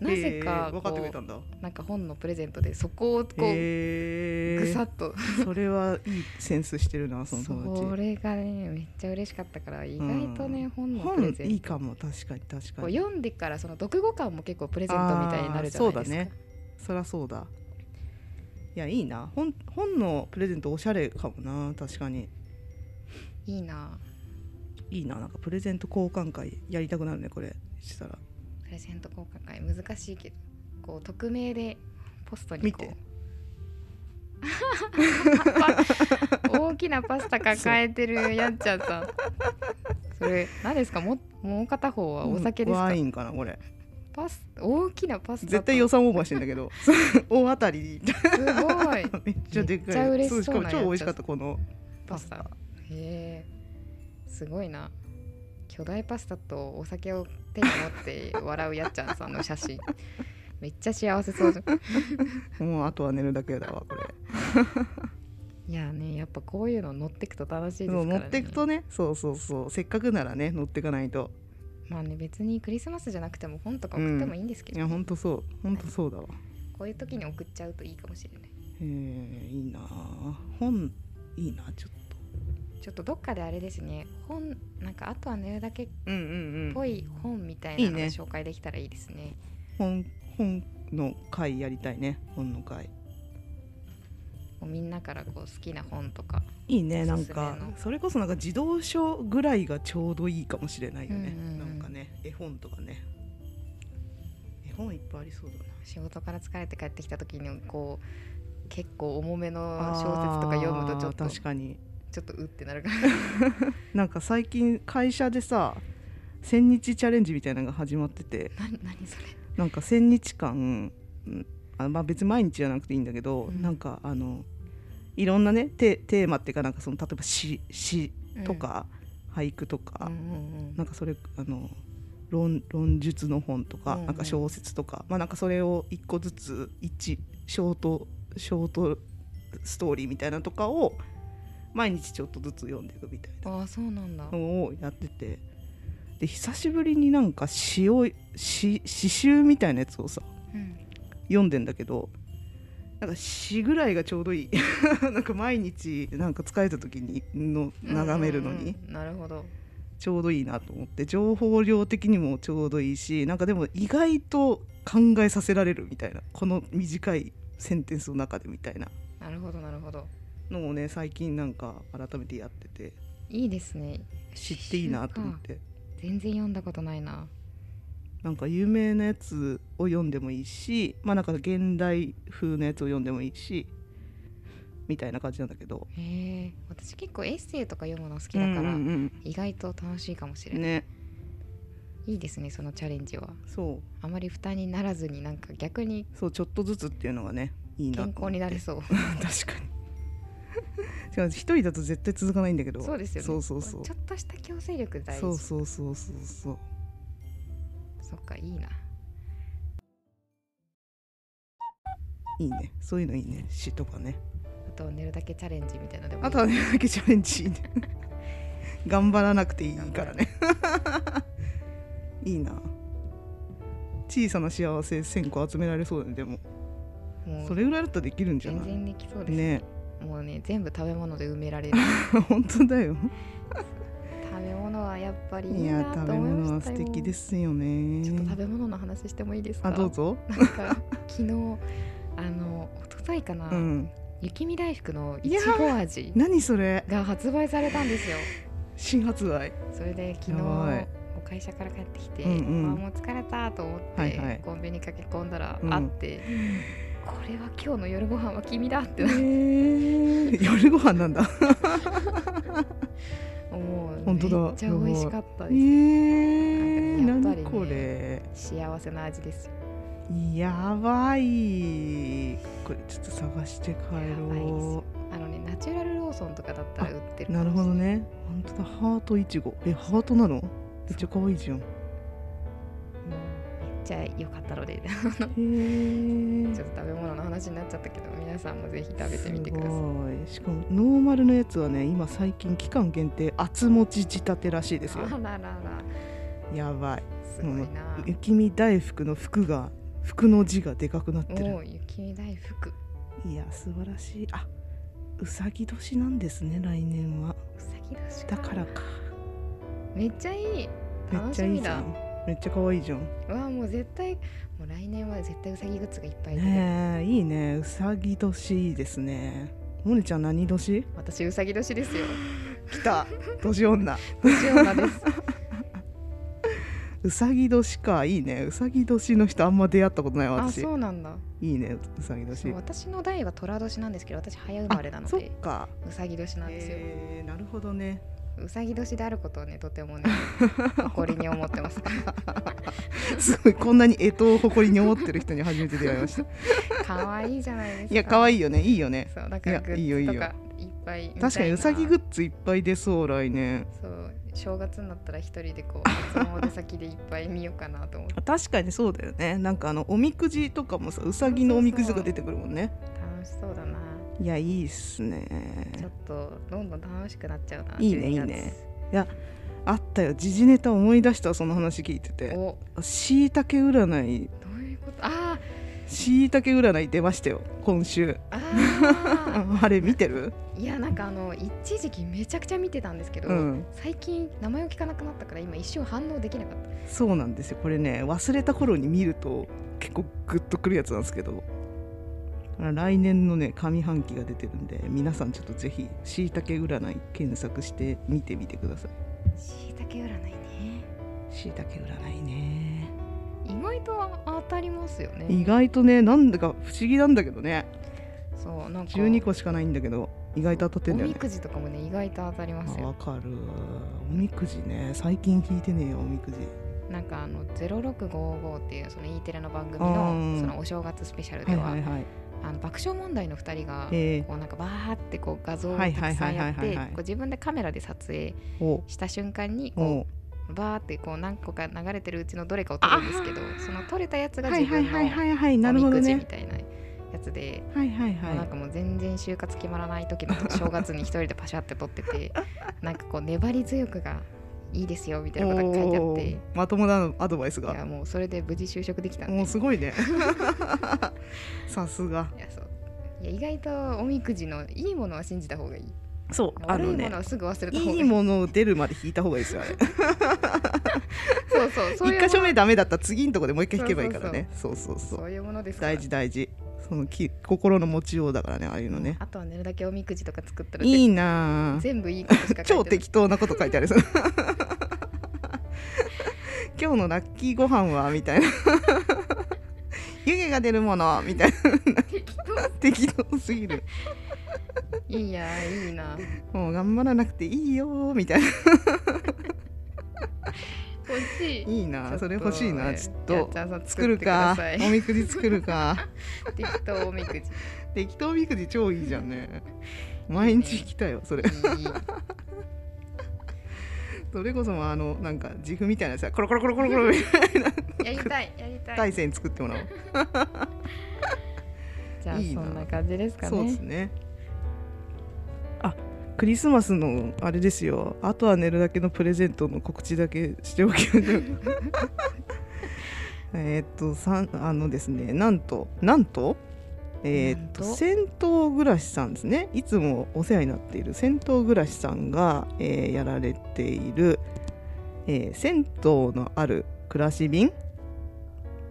[SPEAKER 1] なぜか
[SPEAKER 2] へえ
[SPEAKER 1] こ
[SPEAKER 2] 分かってくれ
[SPEAKER 1] う
[SPEAKER 2] たんだこ
[SPEAKER 1] なんか本のプレゼントでそこをこ
[SPEAKER 2] う
[SPEAKER 1] うぐさ
[SPEAKER 2] っ
[SPEAKER 1] っと、
[SPEAKER 2] それはいいセンスしてるなその友
[SPEAKER 1] そ
[SPEAKER 2] 達
[SPEAKER 1] れがねめっちゃ嬉しかったから意外とね、
[SPEAKER 2] うん
[SPEAKER 1] 本のプレ
[SPEAKER 2] 本
[SPEAKER 1] ゼント
[SPEAKER 2] いいかも確かに確
[SPEAKER 1] こ
[SPEAKER 2] か
[SPEAKER 1] う
[SPEAKER 2] に
[SPEAKER 1] 読んでからその読後感も結構プレゼントみたいになるじゃないですか
[SPEAKER 2] あーそうだねそりゃそうだいやいいな本本のプレゼントおしゃれかもな確かに
[SPEAKER 1] いいない
[SPEAKER 2] いななんかプレゼント交換会やりたくなるねこれしたら
[SPEAKER 1] プレゼント交換会難しいけどこう匿名でポストにこう
[SPEAKER 2] 見て
[SPEAKER 1] 大きなパスタ抱えてるやっちゃんさんそれ何ですかももう片方はお酒ですか、
[SPEAKER 2] ワインかなこれ
[SPEAKER 1] パス大きなパスタと
[SPEAKER 2] 絶対予算オーバーしてんだ けど大当たりに
[SPEAKER 1] すごい
[SPEAKER 2] めっちゃでっ
[SPEAKER 1] めっちゃ
[SPEAKER 2] かい
[SPEAKER 1] 嬉しそうな
[SPEAKER 2] かも
[SPEAKER 1] やつ
[SPEAKER 2] 超美味しかったこの
[SPEAKER 1] パスタへえすごいな巨大パスタとお酒を手に持って笑うやっちゃんさんの写真めっちゃ幸せそうじゃん
[SPEAKER 2] もうあとは寝るだけだわこれ
[SPEAKER 1] いやねやっぱこういうの乗ってくと楽しいですから
[SPEAKER 2] そう
[SPEAKER 1] ね
[SPEAKER 2] 持ってくとねそうそうそうせっかくならね乗ってかないと
[SPEAKER 1] まあね別にクリスマスじゃなくても本とか送ってもいいんですけ
[SPEAKER 2] い
[SPEAKER 1] ど、
[SPEAKER 2] やほんとそうほんとそうだわ
[SPEAKER 1] こういう時に送っちゃうといいかもしれない
[SPEAKER 2] へえいいな本いいなちょっと
[SPEAKER 1] ちょっとどっかであれですね本なんかあとは寝るだけっ
[SPEAKER 2] うんうん
[SPEAKER 1] ぽい本みたいなの
[SPEAKER 2] いい
[SPEAKER 1] が
[SPEAKER 2] ね
[SPEAKER 1] 紹介できたらいいですね
[SPEAKER 2] 本本の会やりたいね本の会
[SPEAKER 1] もうみんなからこう好きな本とか、
[SPEAKER 2] いいねな
[SPEAKER 1] おす
[SPEAKER 2] ん
[SPEAKER 1] すめの
[SPEAKER 2] かそれこそなんか自動書ぐらいがちょうどいいかもしれないよね、
[SPEAKER 1] うんうんうん
[SPEAKER 2] なんかね絵本とかね絵本いっぱいありそうだな
[SPEAKER 1] 仕事から疲れて帰ってきた時にこう結構重めの小説とか読むとちょっ
[SPEAKER 2] あ
[SPEAKER 1] と
[SPEAKER 2] ー確かに
[SPEAKER 1] ちょっとうってなるから
[SPEAKER 2] なんか最近会社でさ千日チャレンジみたいなのが始まってて
[SPEAKER 1] 何何それ
[SPEAKER 2] なんか千日間、うんあまあ、別に毎日じゃなくていいんだけど、
[SPEAKER 1] うん
[SPEAKER 2] なんかあのいろんなねテテーマっていうかなんかその例えば詩詩と、か、流俳句とか、
[SPEAKER 1] うんうんう
[SPEAKER 2] なんんかそれあの論論述の本とか、
[SPEAKER 1] うんうん
[SPEAKER 2] なんか小説とか、まあ、なんかそれを一個ずつ一ショートショートストーリーみたいなのとかを毎日ちょっとずつ読んでいくみたいな
[SPEAKER 1] ああそうなんだ
[SPEAKER 2] のをやっててで久しぶりになんか詩を詩詩集みたいなやつをさ
[SPEAKER 1] うん
[SPEAKER 2] 読んでんだけどなんか詩ぐらいがちょうどい いなんか毎日なんか疲れた時にの眺めるのに。
[SPEAKER 1] うんうんうんなるほど
[SPEAKER 2] ちょうどいいなと思って情報量的にもちょうどいいしなんかでも意外と考えさせられるみたいなこの短いセンテンスの中でみたいな
[SPEAKER 1] なるほどなるほど
[SPEAKER 2] のをね最近なんか改めてやってて
[SPEAKER 1] いいですね
[SPEAKER 2] 知っていいなと思って
[SPEAKER 1] 全然読んだことないな
[SPEAKER 2] なんか有名なやつを読んでもいいしまあなんか現代風のやつを読んでもいいしみたいな感じなんだけど
[SPEAKER 1] へえ私結構エッセイとか読むの好きだから、
[SPEAKER 2] うんうん
[SPEAKER 1] 意外と楽しいかもしれな
[SPEAKER 2] う
[SPEAKER 1] んい、
[SPEAKER 2] ね
[SPEAKER 1] いいですねそのチャレンジは
[SPEAKER 2] そう
[SPEAKER 1] あまり負担にならずになんか逆に
[SPEAKER 2] そうちょっとずつっていうのがねいいなと
[SPEAKER 1] 健
[SPEAKER 2] 思って
[SPEAKER 1] 康になれそう
[SPEAKER 2] 確かにしかも一人だと絶対続かないんだけ ど
[SPEAKER 1] そうですよね
[SPEAKER 2] そうそうそう
[SPEAKER 1] ちょっとした強制力大事
[SPEAKER 2] そうそうそうそうそう
[SPEAKER 1] そっかいいない
[SPEAKER 2] いねそういうのいいね詩とかね
[SPEAKER 1] あとは寝るだけチャレンジみたいなのでもいい
[SPEAKER 2] あとはねだけチャレンジい いね頑張らなくていいか らねいいな小さな幸せ1000個集められそうだねでも
[SPEAKER 1] も
[SPEAKER 2] そうれぐらいだったらできるんじゃ
[SPEAKER 1] 全
[SPEAKER 2] ない
[SPEAKER 1] 然できそうです
[SPEAKER 2] ね
[SPEAKER 1] もうね全部食べ物で埋められる
[SPEAKER 2] 本当だよ
[SPEAKER 1] 食べ物はやっぱりいい
[SPEAKER 2] いや
[SPEAKER 1] なと
[SPEAKER 2] 食べ
[SPEAKER 1] 思いま
[SPEAKER 2] 物は
[SPEAKER 1] した
[SPEAKER 2] 素
[SPEAKER 1] よ
[SPEAKER 2] 敵ですす
[SPEAKER 1] ち
[SPEAKER 2] よ
[SPEAKER 1] ょっと食
[SPEAKER 2] ね
[SPEAKER 1] べ物の話してもいいですか
[SPEAKER 2] あどうぞ
[SPEAKER 1] なんか昨日あの一昨日かな、
[SPEAKER 2] うん
[SPEAKER 1] 雪見大福のい
[SPEAKER 2] いや
[SPEAKER 1] ちご味
[SPEAKER 2] 何それ
[SPEAKER 1] が発売されたんですよ
[SPEAKER 2] 新発売
[SPEAKER 1] それで昨日
[SPEAKER 2] やばい
[SPEAKER 1] もう会社から帰ってきて、
[SPEAKER 2] うんうん
[SPEAKER 1] まあ、もう疲れたと思って、
[SPEAKER 2] はいはい
[SPEAKER 1] コンビニ駆け込んだら
[SPEAKER 2] うん
[SPEAKER 1] あって、これは今日の夜ご飯は君だって
[SPEAKER 2] へー夜ご飯なんだ。
[SPEAKER 1] もう
[SPEAKER 2] 本当だ
[SPEAKER 1] めっちゃ美味しかった
[SPEAKER 2] え
[SPEAKER 1] です
[SPEAKER 2] ー、
[SPEAKER 1] なんかねやっぱりね
[SPEAKER 2] 何これ。
[SPEAKER 1] 幸せな味ですよ
[SPEAKER 2] やばい。これちょっと探して帰
[SPEAKER 1] やばいです
[SPEAKER 2] ろ
[SPEAKER 1] よあのねナチュラルローソンとかだったら売って
[SPEAKER 2] う。
[SPEAKER 1] る
[SPEAKER 2] なるほどね。本当だ。ハートいちご。え、ハートなの？めっちゃ可愛いじゃん。へ
[SPEAKER 1] もうめっちゃ良かったので
[SPEAKER 2] ー
[SPEAKER 1] ちょっと食べ物の話になっちゃったけど皆さんもぜひ食べてみてください
[SPEAKER 2] すごい。しかもノーマルのやつはね、今最近期間限定厚餅仕立てらしいですよ。
[SPEAKER 1] あららら
[SPEAKER 2] やばい。
[SPEAKER 1] すごいな、
[SPEAKER 2] 雪見大福の服が服の字がでかくなってる
[SPEAKER 1] も。う雪見大福う
[SPEAKER 2] いや素晴らしいあうさぎ年なんですね来年は
[SPEAKER 1] さぎ年
[SPEAKER 2] だからか
[SPEAKER 1] めっちゃいい
[SPEAKER 2] めっ
[SPEAKER 1] 楽
[SPEAKER 2] ち
[SPEAKER 1] し
[SPEAKER 2] ゃい
[SPEAKER 1] み
[SPEAKER 2] いじゃ
[SPEAKER 1] だ
[SPEAKER 2] んめっちゃ可愛いじゃん
[SPEAKER 1] うわもう絶対もう来年は絶対うさぎグッズがいっぱい出てる、
[SPEAKER 2] ねえいいねうさぎ年いいですねモネちゃん何年
[SPEAKER 1] 私うさぎ年 ですよ
[SPEAKER 2] 来た年女
[SPEAKER 1] 年女です
[SPEAKER 2] うさぎ年かいいねうさぎ年の人あんま出会ったことないわ
[SPEAKER 1] あ
[SPEAKER 2] 私
[SPEAKER 1] そうなんだ
[SPEAKER 2] いいねうさぎ
[SPEAKER 1] そう
[SPEAKER 2] 年
[SPEAKER 1] 私の代は寅年なんですけど私早生まれなの
[SPEAKER 2] そっ
[SPEAKER 1] で
[SPEAKER 2] か
[SPEAKER 1] うさぎ年なんですよ、
[SPEAKER 2] えーなるほどね
[SPEAKER 1] うさぎ年であることをねとてもね誇りに思って ます
[SPEAKER 2] すごいこんなに干支を誇りに思ってる人に初めて出会いました
[SPEAKER 1] 可愛いじゃないですか
[SPEAKER 2] いや可
[SPEAKER 1] い
[SPEAKER 2] 愛いよねいいよね
[SPEAKER 1] そうだから
[SPEAKER 2] い
[SPEAKER 1] グ
[SPEAKER 2] やいいよ
[SPEAKER 1] ッ
[SPEAKER 2] いい
[SPEAKER 1] ズ
[SPEAKER 2] よ
[SPEAKER 1] とかいっぱい見たいな
[SPEAKER 2] 確かにうさぎグッズいっぱい出そう来年
[SPEAKER 1] そう正月になったら一人でこうそのお出先でいっぱい見ようかなと思って
[SPEAKER 2] あ確かにそうだよねなんかあのおみくじとかもさうさぎのおみくじとか出てくるもんね
[SPEAKER 1] 楽しそうだない
[SPEAKER 2] やいいっす
[SPEAKER 1] ちょ
[SPEAKER 2] ね
[SPEAKER 1] っとどんどん楽しくなっちゃうない
[SPEAKER 2] いね
[SPEAKER 1] 12
[SPEAKER 2] いいね
[SPEAKER 1] 月
[SPEAKER 2] あったよ時事ネタ思い出したわその話聞いてて
[SPEAKER 1] お
[SPEAKER 2] しいたけ占い
[SPEAKER 1] どういうことあ
[SPEAKER 2] しいたけ占い出ましたよ今週
[SPEAKER 1] ーあー
[SPEAKER 2] あれ見てる
[SPEAKER 1] いやなんかあの一時期めちゃくちゃ見てたんですけど、
[SPEAKER 2] うん
[SPEAKER 1] 最近名前を聞かなくなったから今一瞬反応できなかった
[SPEAKER 2] そうなんですよこれね忘れた頃に見ると結構グッとくるやつなんですけど来年のね上半期が出てるんで皆さんちょっとぜひしいたけ占い検索して見てみてください
[SPEAKER 1] しいたけ占いね
[SPEAKER 2] しいたけ占いね
[SPEAKER 1] 意外と当たりますよね
[SPEAKER 2] 意外とねなんだか不思議なんだけどね
[SPEAKER 1] そうなんか
[SPEAKER 2] 12個しかないんだけど意外と当たってんだ
[SPEAKER 1] お
[SPEAKER 2] よね
[SPEAKER 1] みくじとかもね意外と当たります
[SPEAKER 2] あ
[SPEAKER 1] よ
[SPEAKER 2] わかるおみくじね最近聞いてねえよおみくじ
[SPEAKER 1] なんかあの「0655」っていうその E テレの番組
[SPEAKER 2] あー
[SPEAKER 1] のそのお正月スペシャルで
[SPEAKER 2] はい
[SPEAKER 1] は
[SPEAKER 2] はいはい
[SPEAKER 1] あの爆笑問題の2人が
[SPEAKER 2] え
[SPEAKER 1] こうなんかバーってこう画像を
[SPEAKER 2] は
[SPEAKER 1] た
[SPEAKER 2] いは
[SPEAKER 1] く
[SPEAKER 2] い
[SPEAKER 1] さ
[SPEAKER 2] は
[SPEAKER 1] ん
[SPEAKER 2] いは
[SPEAKER 1] や
[SPEAKER 2] い
[SPEAKER 1] っ
[SPEAKER 2] はい
[SPEAKER 1] て
[SPEAKER 2] はい
[SPEAKER 1] こう自分でカメラで撮影
[SPEAKER 2] ー、お
[SPEAKER 1] した瞬間にこ
[SPEAKER 2] お
[SPEAKER 1] うバーってこう何個か流れてるうちのどれかを撮るんですけど
[SPEAKER 2] あー
[SPEAKER 1] その撮れたやつが
[SPEAKER 2] はい
[SPEAKER 1] 自
[SPEAKER 2] はい
[SPEAKER 1] 分
[SPEAKER 2] はい
[SPEAKER 1] の
[SPEAKER 2] はいはいな
[SPEAKER 1] お
[SPEAKER 2] るほ
[SPEAKER 1] み
[SPEAKER 2] ど
[SPEAKER 1] くじみ
[SPEAKER 2] ね
[SPEAKER 1] たいなやつで。
[SPEAKER 2] はいはい
[SPEAKER 1] もうなん
[SPEAKER 2] は
[SPEAKER 1] かもう全然就活決まらない時の正月に一人でパシャって撮って てなんかこう粘り強くがいいですよみた
[SPEAKER 2] い
[SPEAKER 1] いなことが書いてあっ
[SPEAKER 2] お
[SPEAKER 1] て
[SPEAKER 2] ーまともなアドバイス
[SPEAKER 1] い
[SPEAKER 2] が
[SPEAKER 1] やもうそれで無事就職できたんで
[SPEAKER 2] もうすごいね さすが
[SPEAKER 1] いやそういや意外とおみくじのいいものは信じた方がいい
[SPEAKER 2] そうあ
[SPEAKER 1] 悪い
[SPEAKER 2] の
[SPEAKER 1] も
[SPEAKER 2] ね
[SPEAKER 1] のはすぐ忘れた方がいい
[SPEAKER 2] いいもの出るまで引いた方がいいですよあれ
[SPEAKER 1] そう そうそういうも
[SPEAKER 2] 一
[SPEAKER 1] の
[SPEAKER 2] 箇所目ダメだったら次のとこでもう一回引けばいいからねそうそうそう
[SPEAKER 1] そういうものですから
[SPEAKER 2] 大事大事そのき心の持ちようだからねああいうのね
[SPEAKER 1] あとは寝るだけおみくじとか作ったら
[SPEAKER 2] いいなあ
[SPEAKER 1] 全部いいことしか書いてない
[SPEAKER 2] 超適当なこと書いてある 今日のラッキーご飯はみたいな湯気が出るものみたいな
[SPEAKER 1] 適
[SPEAKER 2] 適当すぎる
[SPEAKER 1] 当いいやいいな
[SPEAKER 2] もう頑張らなくていいよみたいな
[SPEAKER 1] 欲しい
[SPEAKER 2] いいなあそれ欲しいなちょっ
[SPEAKER 1] やっ
[SPEAKER 2] と
[SPEAKER 1] ちゃんさん作
[SPEAKER 2] 作
[SPEAKER 1] る
[SPEAKER 2] る
[SPEAKER 1] か
[SPEAKER 2] かおみくじ作るか
[SPEAKER 1] 適当おみくじ
[SPEAKER 2] 適当おみくじ超いいじゃんね毎日来たよそれ
[SPEAKER 1] いい
[SPEAKER 2] それこそあのなんか自負みたいなさコロコロコロコロコロみたい
[SPEAKER 1] やりたいやり
[SPEAKER 2] な
[SPEAKER 1] たい
[SPEAKER 2] 対戦作ってもらおう、
[SPEAKER 1] じゃあ
[SPEAKER 2] いい
[SPEAKER 1] そ
[SPEAKER 2] なん
[SPEAKER 1] な感じですか
[SPEAKER 2] そうです
[SPEAKER 1] ね
[SPEAKER 2] ねあクリスマスのあれですよあとは寝るだけのプレゼントの告知だけしておきましょうえーっとさんあのですねなんとなんとえーっと
[SPEAKER 1] なんと
[SPEAKER 2] 銭湯暮らしさんですねいつもお世話になっている銭湯暮らしさんが、えーやられている、えー銭湯のある暮らし便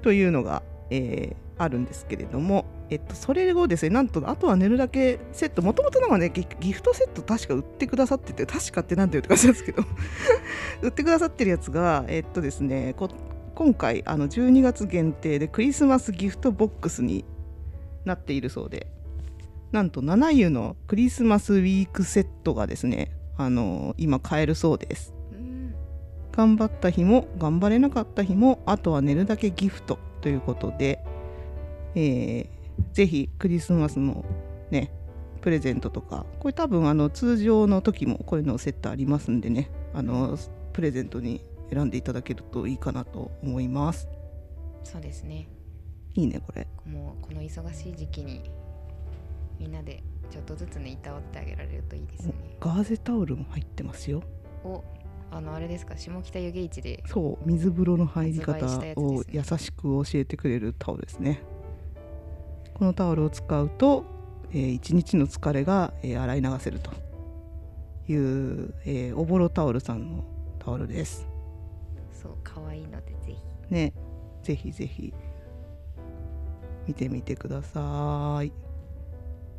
[SPEAKER 2] というのが、えーあるんですけれども、えっと、それをですねなんとあとは寝るだけセットもともとなんかねギギフトセット確か売ってくださってて確かってなんだよって感じなんですけど 売ってくださってるやつがえっとですねこ今回あの12月限定でクリスマスギフトボックスになっているそうでなんと7湯のクリスマスウィークセットがですねあの今買えるそうです
[SPEAKER 1] うん
[SPEAKER 2] 頑張った日も頑張れなかった日もあとは寝るだけギフトということで、えーぜひクリスマスのねプレゼントとかこれ多分あの通常の時もこういうのセットありますんでねあのプレゼントに選んでいただけるといいかなと思います
[SPEAKER 1] そうですね
[SPEAKER 2] いいねこれ
[SPEAKER 1] もうこの忙しい時期にみんなでちょっとずつねいたわってあげられるといいですね
[SPEAKER 2] ガーゼタオルも入ってますよ
[SPEAKER 1] おあのあれですか下北湯気市で
[SPEAKER 2] そう水風呂の入り
[SPEAKER 1] 発売
[SPEAKER 2] 方
[SPEAKER 1] したやつ
[SPEAKER 2] を
[SPEAKER 1] で
[SPEAKER 2] 優しく教えてくれるタオルですねこのタオルを使うと、えー一日の疲れが、えー洗い流せるという、えーおぼろタオルさんのタオルです
[SPEAKER 1] そう可愛いのでぜひ
[SPEAKER 2] ねぜひぜひ見てみてください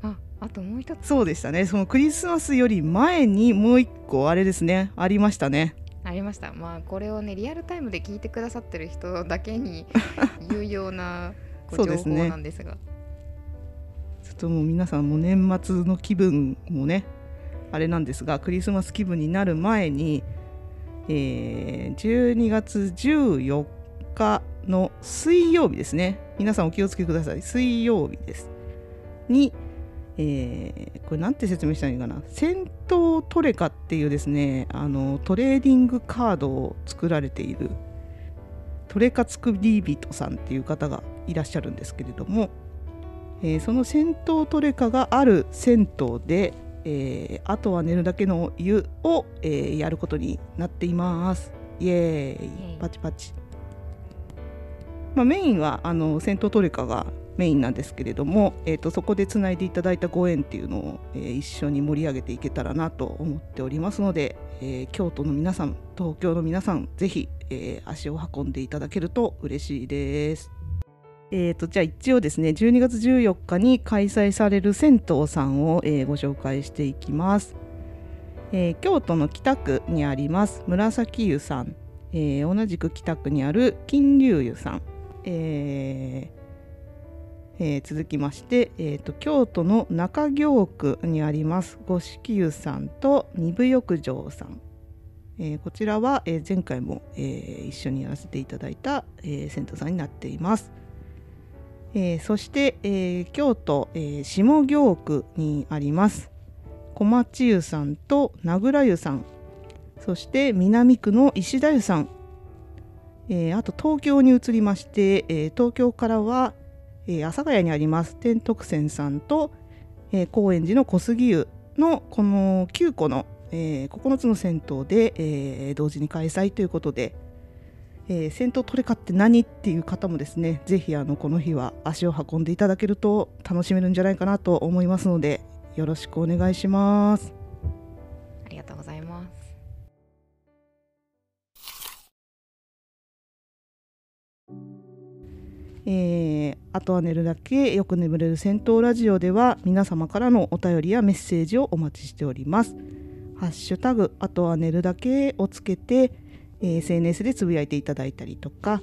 [SPEAKER 1] ああともう一つ
[SPEAKER 2] そうでしたねそのクリスマスより前にもう一個あれですねありましたね
[SPEAKER 1] ありましたまあこれをねリアルタイムで聞いてくださってる人だけに有用なこう
[SPEAKER 2] そう
[SPEAKER 1] 情
[SPEAKER 2] です
[SPEAKER 1] 報
[SPEAKER 2] ね
[SPEAKER 1] なんですが
[SPEAKER 2] ちょっともう皆さんもう年末の気分もねあれなんですがクリスマス気分になる前に、えー12月14日の水曜日ですね皆さんお気をつけください水曜日ですに、えーこれなんて説明したらいいかな戦闘トレカっていうですねあのトレーディングカードを作られているトレカ作り人さんっていう方がいらっしゃるんですけれどもえーその銭湯トレカがある銭湯で、えーあとは寝るだけの湯を、えーやることになっていますイエーイ
[SPEAKER 1] イエーイ
[SPEAKER 2] パチパチ、まあ、メインはあの銭湯トレカがメインなんですけれども、えー、とそこでつないでいただいたご縁っていうのを、えー一緒に盛り上げていけたらなと思っておりますので、えー京都の皆さん東京の皆さんぜひ、えー足を運んでいただけると嬉しいですえー、とじゃあ一応ですね12月14日に開催される銭湯さんを、えーご紹介していきます、えー京都の北区にあります紫湯さん、えー同じく北区にある金龍湯さん、えーえー続きまして、えー、と京都の中京区にあります五色湯さんと二部浴場さんえーこちらは、えー前回も、えー一緒にやらせていただいた、えー銭湯さんになっていますえーそして、えー京都、えー下京区にあります小町湯さんと名倉湯さんそして南区の石田湯さん、えーあと東京に移りまして、えー東京からは、えー阿佐ヶ谷にあります天徳泉さんと、えー高円寺の小杉湯のこの9個の、えー9つの銭湯で、えー同時に開催ということで、えー、銭湯トレカって何っていう方もですねぜひあのこの日は足を運んでいただけると楽しめるんじゃないかなと思いますのでよろしくお願いします
[SPEAKER 1] ありがとうございます
[SPEAKER 2] えーあとは寝るだけよく眠れる銭湯ラジオでは皆様からのお便りやメッセージをお待ちしております。ハッシュタグあとは寝るだけをつけて、えー SNS でつぶやいていただいたりとか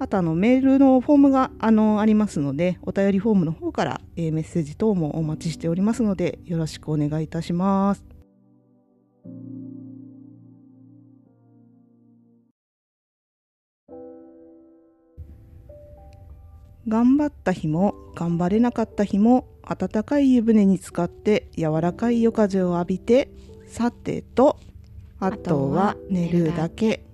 [SPEAKER 2] あとあのメールのフォームがあのありますのでお便りフォームの方から、えーメッセージ等もお待ちしておりますのでよろしくお願いいたします。頑張った日も頑張れなかった日も暖かい湯船に浸かって柔らかい夜風を浴びてさてとあとは寝るだけ